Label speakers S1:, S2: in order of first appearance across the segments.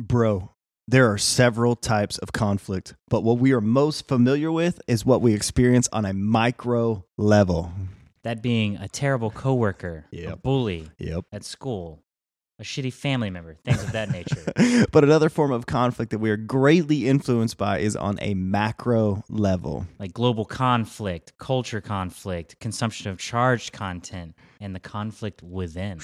S1: Bro, there are several types of conflict, but what we are most familiar with is what we experience on a micro level.
S2: That being a terrible coworker, a
S1: Yep.
S2: bully
S1: Yep.
S2: at school, a shitty family member, things of that nature.
S1: but another form of conflict that we are greatly influenced by is on a macro level.
S2: Like global conflict, culture conflict, consumption of charged content, and the conflict within.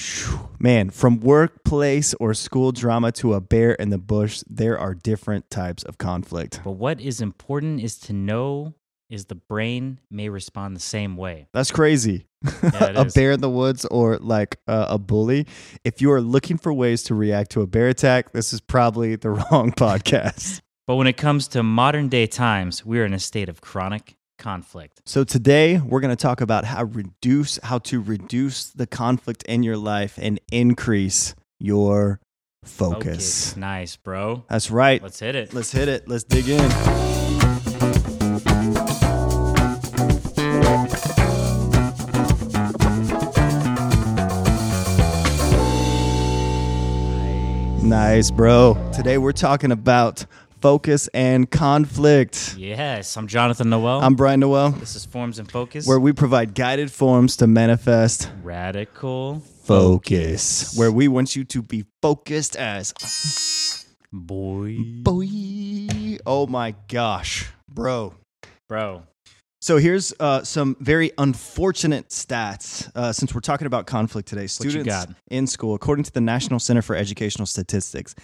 S1: Man, from workplace or school drama to a bear in the bush, there are different types of conflict.
S2: But what is important is to know is the brain may respond the same way.
S1: That's crazy.
S2: Yeah, it
S1: a
S2: is.
S1: bear in the woods or like uh, a bully. If you are looking for ways to react to a bear attack, this is probably the wrong podcast.
S2: But when it comes to modern day times, we are in a state of chronic conflict.
S1: so today we're going to talk about how reduce how to reduce the conflict in your life and increase your focus.
S2: Nice, bro.
S1: That's right.
S2: Let's hit it.
S1: Let's hit it. Let's dig in. Nice, bro. Today we're talking about focus and conflict.
S2: Yes, I'm Jonathan Noel.
S1: I'm Brian Noel,
S2: this is Forms and Focus.
S1: where we provide guided forms to manifest
S2: Radical
S1: focus, where we want you to be focused as
S2: boy.
S1: boy. Oh my gosh, bro.
S2: Bro,
S1: So here's uh, some very unfortunate stats uh, since we're talking about conflict today.
S2: you
S1: Students
S2: got?
S1: in school, according to the National Center for Educational Statistics,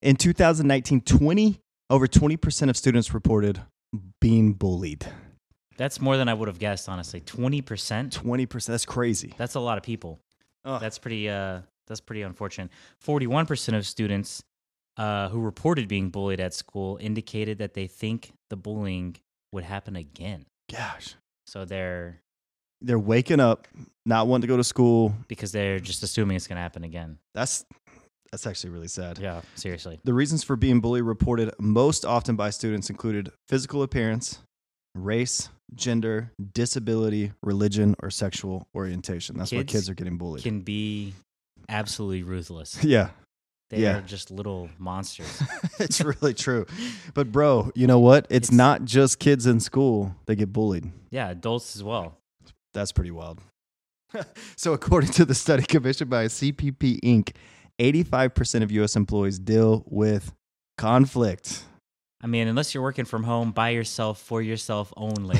S1: in 2019, 20 over 20 percent of students reported being bullied.
S2: that's more than I would have guessed, honestly. 20%?
S1: 20 percent. That's crazy.
S2: That's a lot of people.
S1: Ugh.
S2: That's pretty uh that's pretty unfortunate. 41% of students uh, who reported being bullied at school indicated that they think the bullying would happen again.
S1: Gosh,
S2: So they're
S1: they're waking up, not wanting to go to school.
S2: because they're just assuming it's going to happen again.
S1: That's that's actually really sad.
S2: Yeah, seriously.
S1: The reasons for being bullied reported most often by students included physical appearance, race, gender, disability, religion, or sexual orientation. That's where
S2: Kids
S1: kids are getting bullied.
S2: Can be absolutely ruthless.
S1: yeah,
S2: They're
S1: Yeah.
S2: just little monsters.
S1: it's really true. But, bro, you know what? It's,
S2: It's-
S1: not just kids in school that get bullied.
S2: yeah, adults as well.
S1: That's pretty wild. so, according to the study commissioned by CPP Inc., 85% of U.S. employees deal with conflict.
S2: I mean, unless you're working from home by yourself for yourself only.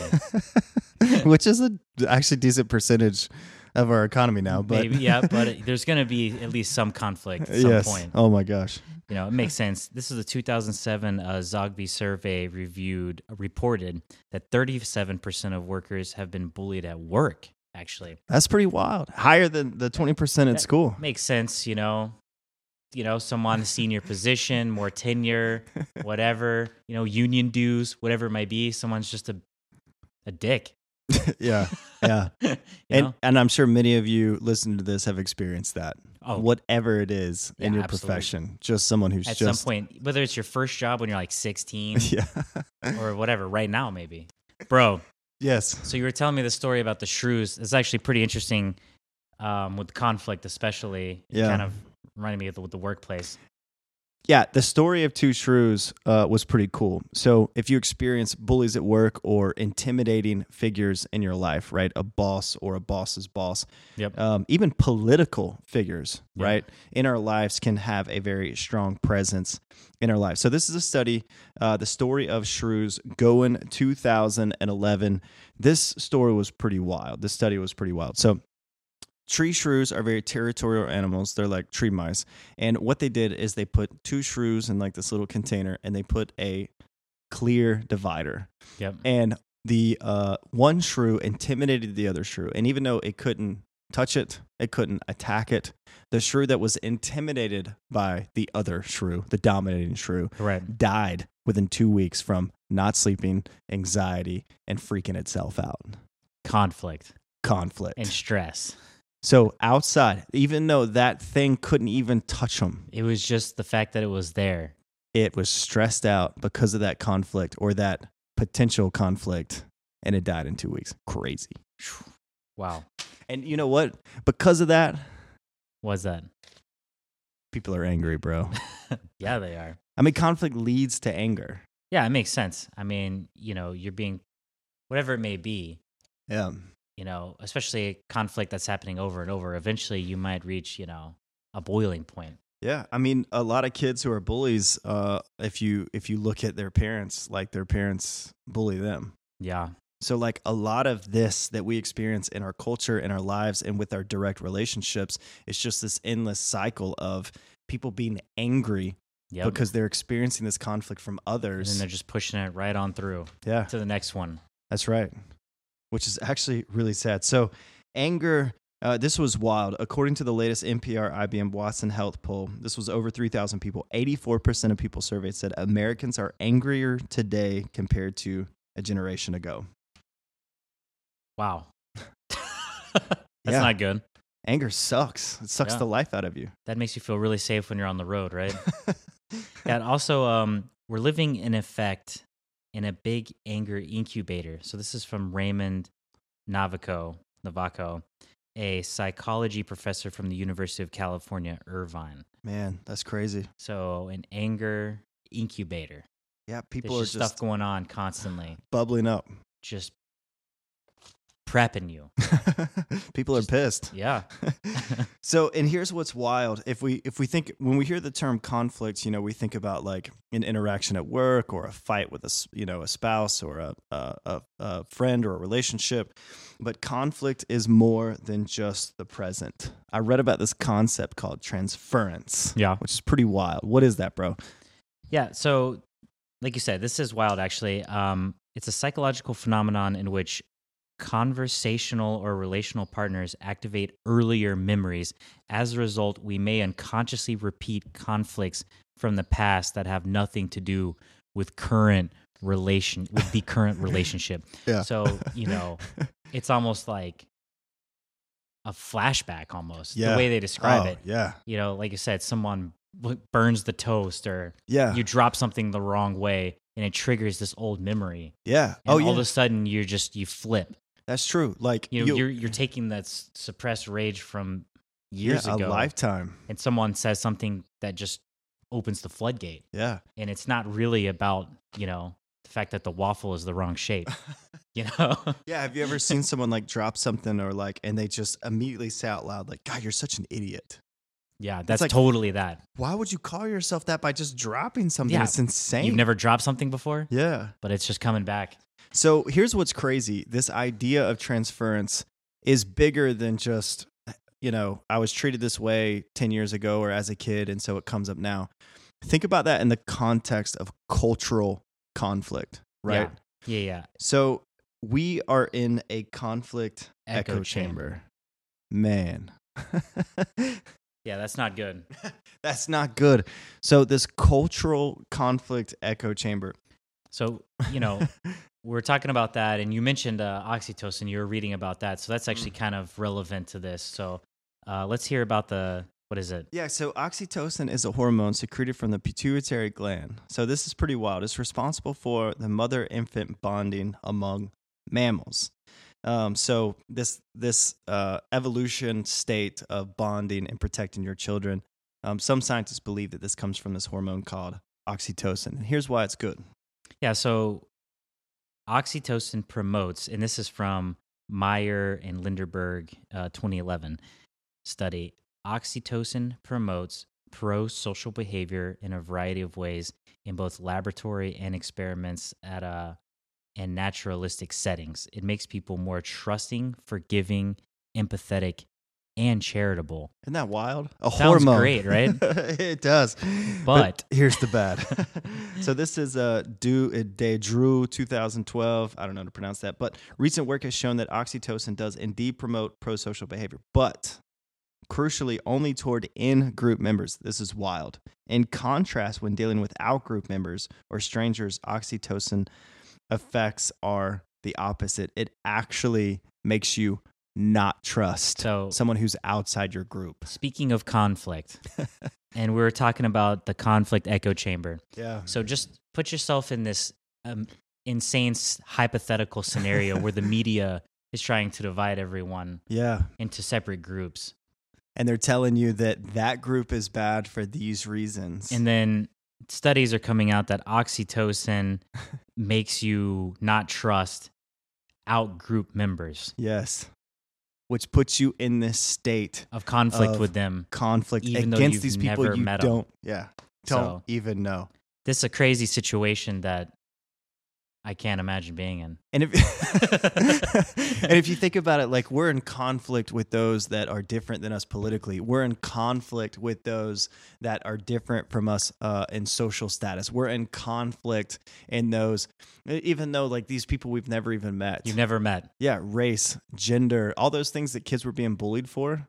S1: which is a actually decent percentage of our economy now. But
S2: Maybe, yeah, but it- there's going to be at least some conflict at some
S1: yes.
S2: point.
S1: Oh my gosh.
S2: You know, it makes sense. This is a 2007 uh, Zogby survey reviewed reported that 37% of workers have been bullied at work. Actually,
S1: That's pretty wild. Higher than the 20% at
S2: That-
S1: school.
S2: makes sense. You know, you know, someone in a senior position, more tenure, whatever. You know, union dues, whatever it might be. Someone's just a a dick.
S1: yeah. Yeah.
S2: you
S1: And
S2: know?
S1: and I'm sure many of you listening to this have experienced that.
S2: Oh.
S1: Whatever it is in
S2: Yeah,
S1: your
S2: absolutely.
S1: profession, just someone who's
S2: At
S1: just
S2: some point, whether it's your first job when you're like 16
S1: Yeah.
S2: or whatever, right now maybe, bro.
S1: yes.
S2: So you were telling me the story about the shrews. It's actually pretty interesting um, with conflict, especially. It
S1: Yeah.
S2: kind of reminded me of the, with the workplace.
S1: Yeah, the story of two shrews uh, was pretty cool. So, if you experience bullies at work or intimidating figures in your life, right, a boss or a boss's boss,
S2: Yep.
S1: um, even political figures,
S2: Yeah.
S1: right, in our lives can have a very strong presence in our lives. So, this is a study, uh, the story of shrews going 2011. This story was pretty wild. This study was pretty wild. So, tree shrews are very territorial animals. They're like tree mice. And what they did is they put two shrews in like this little container and they put a clear divider
S2: Yep.
S1: and the uh, one shrew intimidated the other shrew and even though it couldn't touch it it couldn't attack it the shrew that was intimidated by the other shrew the dominating shrew
S2: Right.
S1: died within two weeks from not sleeping anxiety and freaking itself out
S2: Conflict
S1: conflict
S2: and stress.
S1: so outside even though that thing couldn't even touch him
S2: It was just the fact that it was there.
S1: it was stressed out because of that conflict or that potential conflict and it died in two weeks crazy
S2: Wow.
S1: And you know what? Because of that,
S2: Was that?
S1: People are angry, bro.
S2: Yeah, they are.
S1: I mean, conflict leads to anger.
S2: Yeah, it makes sense. I mean, you know, you're being whatever it may be,
S1: Yeah.
S2: you know, especially a conflict that's happening over and over, eventually you might reach, you know, a boiling point.
S1: Yeah, I mean, a lot of kids who are bullies, uh, if you if you look at their parents, like their parents bully them.
S2: Yeah.
S1: So, like a lot of this that we experience in our culture, in our lives, and with our direct relationships, it's just this endless cycle of people being angry
S2: Yeah.
S1: because they're experiencing this conflict from
S2: and then
S1: others.
S2: they're just pushing it right on through
S1: Yeah,
S2: to the next one.
S1: that's right. Which is actually really sad. So, anger. Uh, this was wild. According to the latest NPR IBM Watson Health poll, this was over 3,000 people. 84% of people surveyed said Americans are angrier today compared to a generation ago.
S2: Wow. that's
S1: Yeah.
S2: not good.
S1: Anger sucks. It sucks
S2: Yeah.
S1: the life out of you.
S2: That makes you feel really safe when you're on the road, right? yeah, and also um, we're living in effect in a big anger incubator. So this is from Raymond Navaco, Navaco, a psychology professor from the University of California, Irvine.
S1: Man, that's crazy.
S2: So an anger incubator.
S1: Yeah, people
S2: There's
S1: are
S2: just,
S1: just
S2: stuff going on constantly,
S1: bubbling up.
S2: just prepping you.
S1: people are
S2: Just-
S1: pissed.
S2: Yeah.
S1: so and here's what's wild if we if we think when we hear the term conflict you know we think about like an interaction at work or a fight with a s- you know a spouse or a, a, a, a friend or a relationship but conflict is more than just the present i read about this concept called transference
S2: Yeah.
S1: which is pretty wild what is that bro
S2: Yeah. So, like you said, this is wild, actually. Um, it's a psychological phenomenon in which conversational or relational partners activate earlier memories. As a result, we may unconsciously repeat conflicts from the past that have nothing to do with current relation with the current relationship.
S1: Yeah.
S2: So, you know, it's almost like a flashback almost.
S1: Yeah.
S2: The way they describe it.
S1: Oh, yeah
S2: You know, like you said, someone b- burns the toast or
S1: yeah
S2: you drop something the wrong way and it triggers this old memory
S1: yeah
S2: and
S1: oh
S2: all
S1: yeah
S2: of a sudden you're just you flip
S1: that's true like
S2: you know you, are you're taking that s- suppressed rage from years
S1: yeah,
S2: ago
S1: a lifetime
S2: and someone says something that just opens the floodgate
S1: yeah
S2: and it's not really about you know the fact that the waffle is the wrong shape you know
S1: Yeah, have you ever seen someone like drop something or like, and they just immediately say out loud, like, God, you're such an idiot.
S2: yeah that's
S1: like-
S2: totally that
S1: Why would you call yourself that by just dropping something?
S2: Yeah.
S1: It's insane.
S2: you've never dropped something before
S1: yeah.
S2: but it's just coming back
S1: So here's what's crazy this idea of transference is bigger than just, eh, you know, I was treated this way 10 years ago or as a kid, and so it comes up now. Think about that in the context of cultural conflict, right?
S2: Yeah. yeah yeah
S1: So we are in a conflict echo,
S2: Echo
S1: chamber. Man.
S2: yeah that's not good
S1: That's not good. So this cultural conflict echo chamber.
S2: so you know we're talking about that and you mentioned uh, oxytocin you were reading about that so that's actually kind of relevant to this so uh, let's hear about the what is it
S1: Yeah, so oxytocin is a hormone secreted from the pituitary gland. So this is pretty wild. It's responsible for the mother infant bonding among mammals. Um, so this this uh, evolution state of bonding and protecting your children. Um, some scientists believe that this comes from this hormone called oxytocin. And here's why it's good.
S2: yeah so oxytocin promotes and this is from meyer and linderberg uh, 2011 study oxytocin promotes pro-social behavior in a variety of ways in both laboratory and experiments at a and naturalistic settings. It makes people more trusting, forgiving, empathetic, and charitable.
S1: Isn't that wild? A
S2: Sounds
S1: hormone.
S2: great, right?
S1: it does.
S2: But-
S1: here's the bad. so this is uh, Du de Drew 2012. I don't know how to pronounce that, but recent work has shown that oxytocin does indeed promote pro-social behavior, but crucially only toward in-group members. This is wild. In contrast, when dealing with out-group members or strangers, oxytocin effects are the opposite. It actually makes you not trust
S2: So-
S1: someone who's outside your group.
S2: Speaking of conflict, and we were talking about the conflict echo chamber.
S1: Yeah.
S2: So just put yourself in this um, insane s- hypothetical scenario where the media is trying to divide everyone
S1: Yeah.
S2: into separate groups.
S1: and they're telling you that that group is bad for these reasons.
S2: And then studies are coming out that oxytocin makes you not trust out group members
S1: yes, which puts you in this state
S2: of conflict
S1: Of
S2: with them.
S1: conflict
S2: Even though
S1: against
S2: you've
S1: these people
S2: never
S1: you
S2: met 'em.
S1: don't. Yeah, don't
S2: So-
S1: even know.
S2: This is a crazy situation that I can't imagine being in.
S1: And if and if you think about it, like we're in conflict with those that are different than us politically. We're in conflict with those that are different from us uh, in social status. We're in conflict in those, e-, even though like these people we've never even met.
S2: You've never met.
S1: yeah, race, gender, all those things that kids were being bullied for.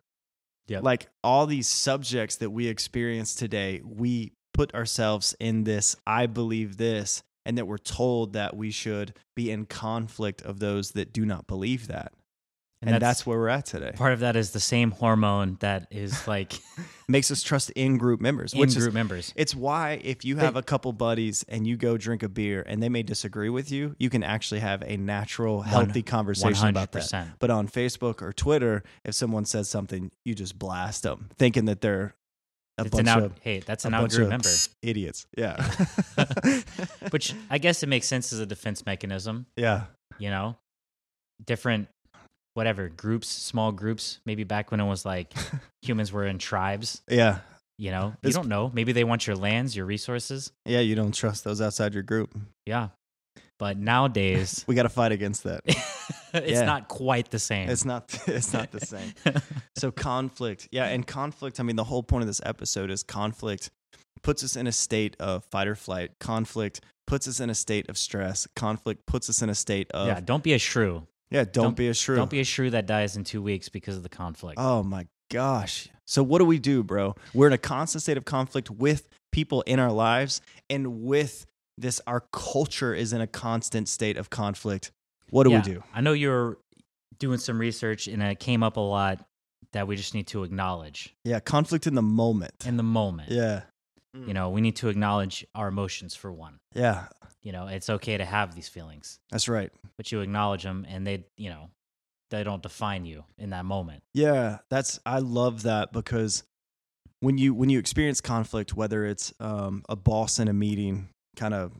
S2: Yep.
S1: Like all these subjects that we experience today, we put ourselves in this, I believe this, and that we're told that we should be in conflict of those that do not believe that. And, that's, where we're at today.
S2: part of that is the same hormone that is like
S1: Makes us trust in group members,
S2: in
S1: which
S2: group
S1: is
S2: members.
S1: it's why if you have a couple buddies and you go drink a beer and they may disagree with you, you can actually have a natural, healthy conversation about that.
S2: 100%.
S1: But on Facebook or Twitter, if someone says something, you just blast them, thinking that they're a
S2: It's
S1: bunch
S2: an out.
S1: of
S2: hey, that's an
S1: a
S2: out
S1: bunch
S2: group
S1: of
S2: member.
S1: idiots. Yeah,
S2: Which I guess it makes sense as a defense mechanism.
S1: yeah,
S2: you know different whatever groups small groups maybe back when it was like humans were in tribes
S1: yeah,
S2: you know you
S1: This-
S2: don't know maybe they want your lands your resources
S1: yeah. You don't trust those outside your group.
S2: yeah but nowadays
S1: We got to fight against that.
S2: it's
S1: Yeah.
S2: not quite the same
S1: It's not. It's not the same. So conflict, yeah, and conflict. I mean, the whole point of this episode is conflict puts us in a state of fight or flight. Conflict puts us in a state of stress. Conflict puts us in a state of
S2: yeah
S1: yeah.
S2: don't be a shrew
S1: don't,
S2: Don't-
S1: be a shrew.
S2: don't be a shrew that dies in two weeks because of the conflict
S1: Oh my gosh. So what do we do, bro? We're in a constant state of conflict with people in our lives and with this our culture is in a constant state of conflict. What do
S2: Yeah.
S1: we do?
S2: i know you're doing some research and it came up a lot that we just need to acknowledge
S1: Yeah, conflict in the moment.
S2: in the moment
S1: yeah.
S2: you know we need to acknowledge our emotions for one
S1: Yeah.
S2: you know it's okay to have these feelings
S1: That's right.
S2: but you acknowledge them and they you know they don't define you in that moment
S1: Yeah, that's I love that because when you when you experience conflict, whether it's um, a boss in a meeting kind of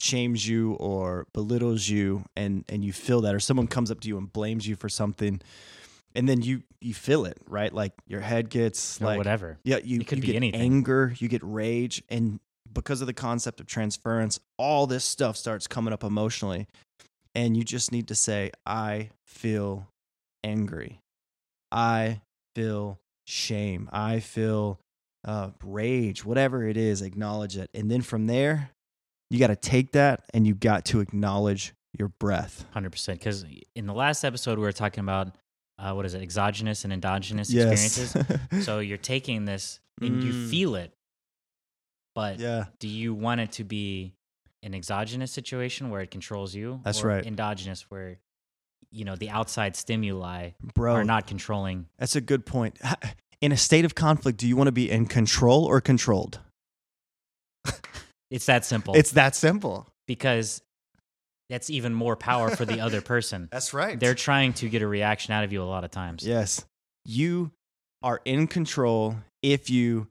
S1: shames you or belittles you, and and you feel that, or someone comes up to you and blames you for something, and then you you feel it, right? Like your head gets
S2: or
S1: like
S2: whatever
S1: yeah, you,
S2: It could
S1: you
S2: be
S1: get
S2: anything.
S1: anger, you get rage, and because of the concept of transference, all this stuff starts coming up emotionally. And you just need to say, I feel angry. I feel shame. I feel uh, rage, whatever it is, acknowledge it. And then from there, you got to take that and you got to acknowledge your breath.
S2: 100% because in the last episode we were talking about uh, what is it exogenous and endogenous
S1: Yes.
S2: experiences so you're taking this and you
S1: Mm.
S2: feel it but
S1: yeah.
S2: do you want it to be an exogenous situation where it controls you
S1: That's
S2: or
S1: right.
S2: endogenous where you know the outside stimuli
S1: Bro,
S2: are not controlling
S1: That's a good point. In a state of conflict, do you want to be in control or controlled?
S2: it's that simple
S1: It's that simple.
S2: because that's even more power for the other person.
S1: That's right.
S2: They're trying to get a reaction out of you a lot of times.
S1: yes. You are in control if you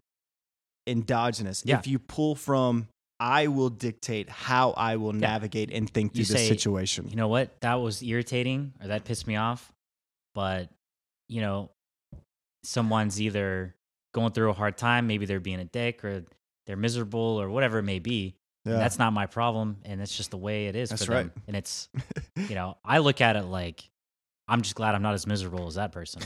S1: endogenous.
S2: Yeah.
S1: If you pull from I will dictate how I will navigate and think through
S2: You
S1: this
S2: say-
S1: situation.
S2: You know what? That was irritating or that pissed me off. But, you know, someone's either going through a hard time, maybe they're being a dick or they're miserable or whatever it may be. And
S1: Yeah.
S2: That's not my problem. And that's just the way it is
S1: That's
S2: for them.
S1: right.
S2: And it's, you know, I look at it like, I'm just glad I'm not as miserable as that person.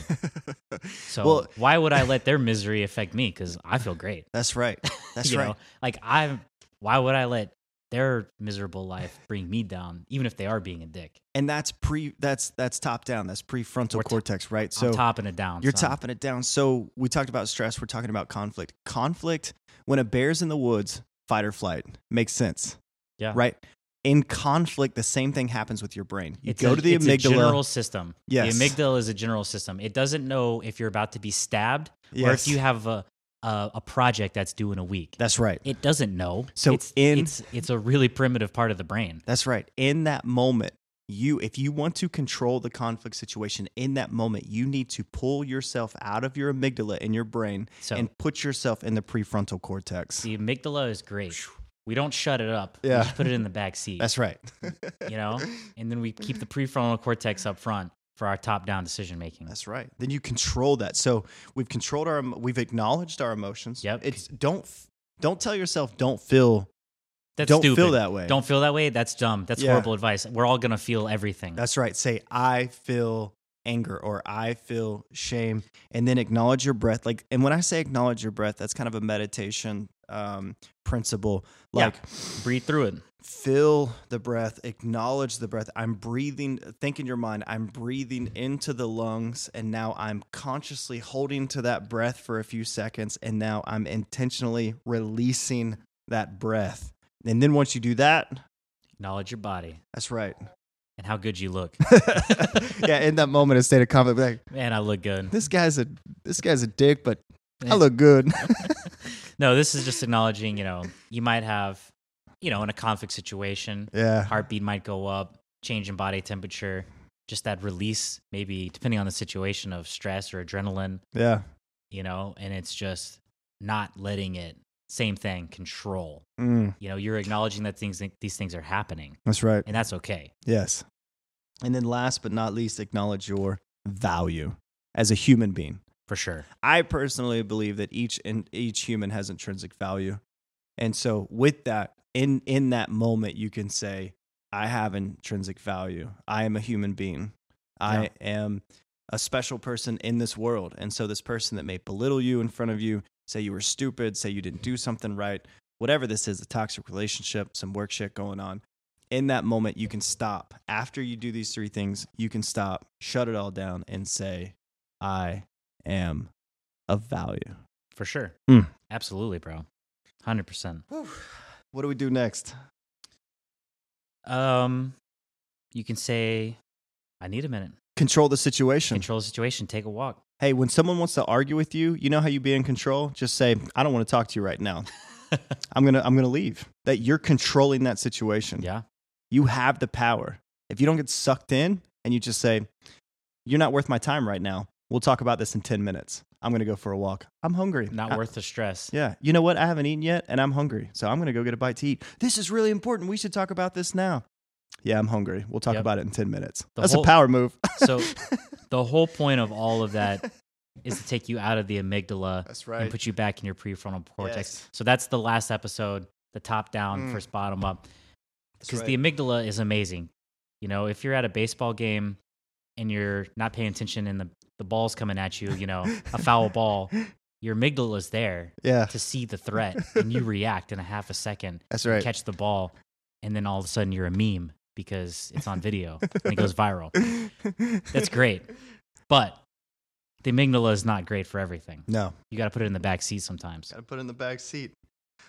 S2: So
S1: Well-
S2: why would I let their misery affect me? Because I feel great.
S1: That's right. That's
S2: you
S1: right.
S2: know? like i'm why would i let their miserable life bring me down even if they are being a dick
S1: And that's pre that's that's top down. That's prefrontal
S2: We're t-
S1: cortex, right? So
S2: i'm topping it down
S1: You're
S2: son.
S1: topping it down. So we talked about stress. We're talking about conflict. Conflict when a bear's in the woods, fight or flight makes sense.
S2: Yeah.
S1: Right. In conflict, the same thing happens with your brain. You
S2: It's
S1: go
S2: a-
S1: to the
S2: it's
S1: amygdala.
S2: a general system
S1: Yes.
S2: the amygdala is a general system it doesn't know if you're about to be stabbed or if
S1: Yes.
S2: you have a, a, a project that's due in a week
S1: That's right.
S2: it doesn't know
S1: So
S2: it's,
S1: in-
S2: it's it's a really primitive part of the brain
S1: That's right. In that moment, you if you want to control the conflict situation in that moment you need to pull yourself out of your amygdala in your brain
S2: So
S1: and put yourself in the prefrontal cortex
S2: the amygdala is great. We don't shut it up. We
S1: Yeah.
S2: just put it in the back seat.
S1: that's right
S2: you know, and then we keep the prefrontal cortex up front for our top-down decision making.
S1: That's right. Then you control that. So we've controlled our, we've acknowledged our emotions.
S2: Yep.
S1: It's don't, f- don't tell yourself don't feel,
S2: That's
S1: don't
S2: stupid.
S1: feel that way.
S2: Don't feel that way. That's dumb. That's
S1: Yeah.
S2: horrible advice. We're all gonna feel everything.
S1: That's right. Say I feel anger or I feel shame, and then acknowledge your breath. Like, and when I say acknowledge your breath, that's kind of a meditation um, principle.
S2: Yeah.
S1: Like,
S2: Breathe through it.
S1: feel the breath, acknowledge the breath. I'm breathing, think in your mind, I'm breathing into the lungs, and now I'm consciously holding to that breath for a few seconds, and now I'm intentionally releasing that breath. And then once you do that,
S2: Acknowledge your body
S1: that's right.
S2: and how good you look.
S1: yeah, in that moment, a state of conflict. Like,
S2: Man, I look good.
S1: this guy's a this guy's a dick, but
S2: Yeah.
S1: I look good.
S2: No, this is just acknowledging. You know, you might have, you know, in a conflict situation,
S1: yeah,
S2: heartbeat might go up, change in body temperature, just that release, maybe depending on the situation of stress or adrenaline.
S1: yeah,
S2: you know, and it's just not letting it same thing control.
S1: Mm,
S2: You know, you're acknowledging that things these things are happening,
S1: that's right.
S2: and that's okay.
S1: Yes. And then last but not least, acknowledge your value as a human being.
S2: For sure.
S1: I personally believe that each and each human has intrinsic value. And so with that, in in that moment you can say, I have intrinsic value. I am a human being. I am a special person in this world. And so this person that may belittle you in front of you, say you were stupid, say you didn't do something right, whatever this is, a toxic relationship, some work shit going on. In that moment, you can stop. After you do these three things, you can stop, shut it all down, and say, I am of value.
S2: For sure.
S1: Mm.
S2: Absolutely, bro. 100%.
S1: What do we do next?
S2: Um you can say I need a minute.
S1: Control the situation.
S2: Control the situation, take a walk.
S1: Hey, when someone wants to argue with you, you know how you be in control? Just say, I don't want to talk to you right now. I'm going to I'm going to leave. That you're controlling that situation.
S2: Yeah.
S1: You have the power. If you don't get sucked in and you just say, you're not worth my time right now. We'll talk about this in 10 minutes. I'm going to go for a walk. I'm hungry.
S2: Not
S1: I-
S2: worth the stress.
S1: Yeah. You know what? I haven't eaten yet and I'm hungry. So I'm going to go get a bite to eat. This is really important. We should talk about this now. Yeah, I'm hungry. We'll talk
S2: Yep.
S1: about it in 10 minutes.
S2: The
S1: That's
S2: whole-
S1: a power move.
S2: So the whole point of all of that is to take you out of the amygdala
S1: That's
S2: and put you back in your prefrontal cortex.
S1: Yes.
S2: So that's the last episode, the top down,
S1: Mm.
S2: first bottom up.
S1: That's
S2: because
S1: right.
S2: the amygdala is amazing. You know, if you're at a baseball game and you're not paying attention and the, the ball's coming at you, you know, a foul ball, your amygdala is there
S1: yeah,
S2: to see the threat and you react in a half a second,
S1: that's right.
S2: catch the ball, and then all of a sudden you're a meme because it's on video and it goes viral. That's great. But the amygdala is not great for everything.
S1: No,
S2: You got to put it in the back seat sometimes.
S1: gotta put it in the back seat.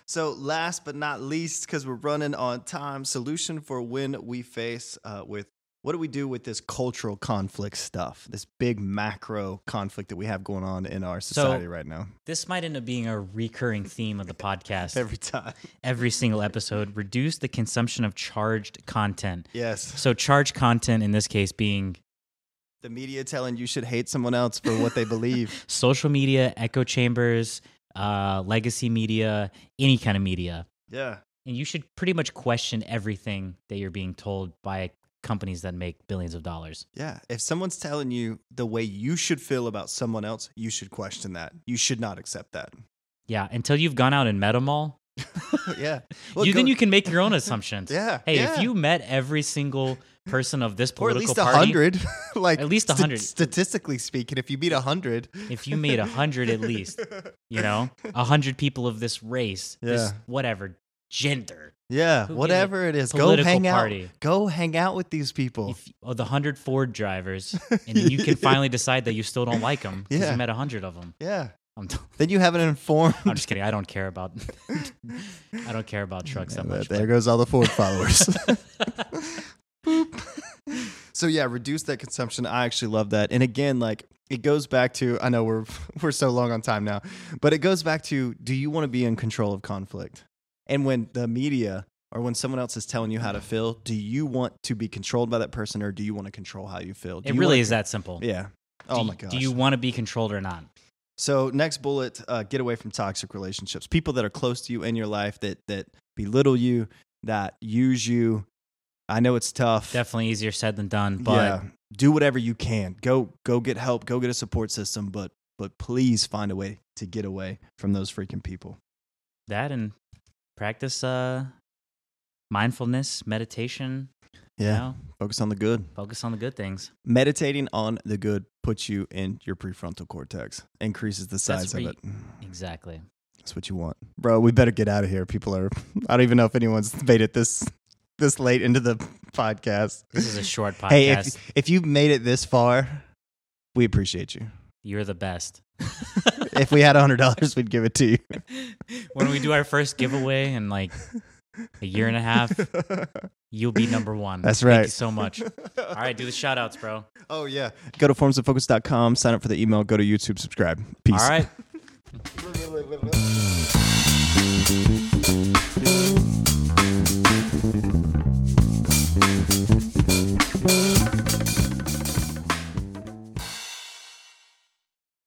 S1: So, last but not least, because we're running on time, solution for when we face uh, with what do we do with this cultural conflict stuff, this big macro conflict that we have going on in our society right now?
S2: This might end up being a recurring theme of the podcast.
S1: Every time.
S2: every single episode reduce the consumption of charged content
S1: Yes.
S2: so charged content in this case being
S1: The media telling you should hate someone else for what they believe.
S2: social media echo chambers uh, legacy media any kind of media
S1: yeah.
S2: and you should pretty much question everything that you're being told by companies that make billions of dollars
S1: Yeah. If someone's telling you the way you should feel about someone else, you should question that. You should not accept that.
S2: yeah until you've gone out and met them all
S1: yeah.
S2: you,
S1: go-
S2: then you can make your own assumptions
S1: Yeah.
S2: hey
S1: yeah.
S2: if you met every single person of this
S1: or at
S2: political
S1: least a
S2: party
S1: hundred, like
S2: At least
S1: sta-
S2: 100.
S1: statistically speaking, if you beat a hundred,
S2: if you made a hundred at least you know a hundred people of this race this
S1: Yeah.
S2: whatever gender
S1: yeah,
S2: Who gives a
S1: whatever it is, go
S2: political
S1: hang
S2: party.
S1: out, go hang out with these people.
S2: if oh, the hundred ford drivers and then you can finally decide that you still don't like them because
S1: Yeah.
S2: you met a hundred of them
S1: yeah,
S2: I'm, t-
S1: then you have an informed.
S2: I'm just kidding i don't care about i don't care about trucks that
S1: Yeah,
S2: much
S1: there
S2: but-
S1: goes all the Ford followers. Boop. So yeah, reduce that consumption. I actually love that. And again, like it goes back to I know we're we're so long on time now, but it goes back to do you want to be in control of conflict? And when the media or when someone else is telling you how to feel, do you want to be controlled by that person or do you want to control how you feel? Do
S2: It
S1: you
S2: really
S1: wanna-
S2: is that simple.
S1: Yeah. Oh
S2: do,
S1: my
S2: god.
S1: gosh.
S2: Do you want to be controlled or not?
S1: So next bullet, uh, get away from toxic relationships. People that are close to you in your life that that belittle you, that use you. I know it's tough.
S2: Definitely easier said than done, but
S1: yeah. Do whatever you can. Go go get help. Go get a support system. But but please find a way to get away from those freaking people.
S2: that and practice uh mindfulness, meditation,
S1: Yeah.
S2: you know,
S1: Focus on the good.
S2: focus on the good things.
S1: Meditating on the good puts you in your prefrontal cortex, increases the size
S2: where
S1: of
S2: you-
S1: it.
S2: Exactly.
S1: That's what you want, bro. We better get out of here. People are. I don't even know if anyone's made it this this late into the podcast.
S2: This is a short podcast.
S1: Hey, if, if you've made it this far, we appreciate you.
S2: You're the best.
S1: If we had hundred dollars, we'd give it to you.
S2: when we do our first giveaway in like a year and a half, you'll be number one.
S1: That's
S2: Thank you
S1: right.
S2: so much. All right, do the shout outs, bro.
S1: Oh yeah. Go to formsandfocus.com, sign up for the email, go to YouTube, subscribe. Peace.
S2: All right.
S1: right.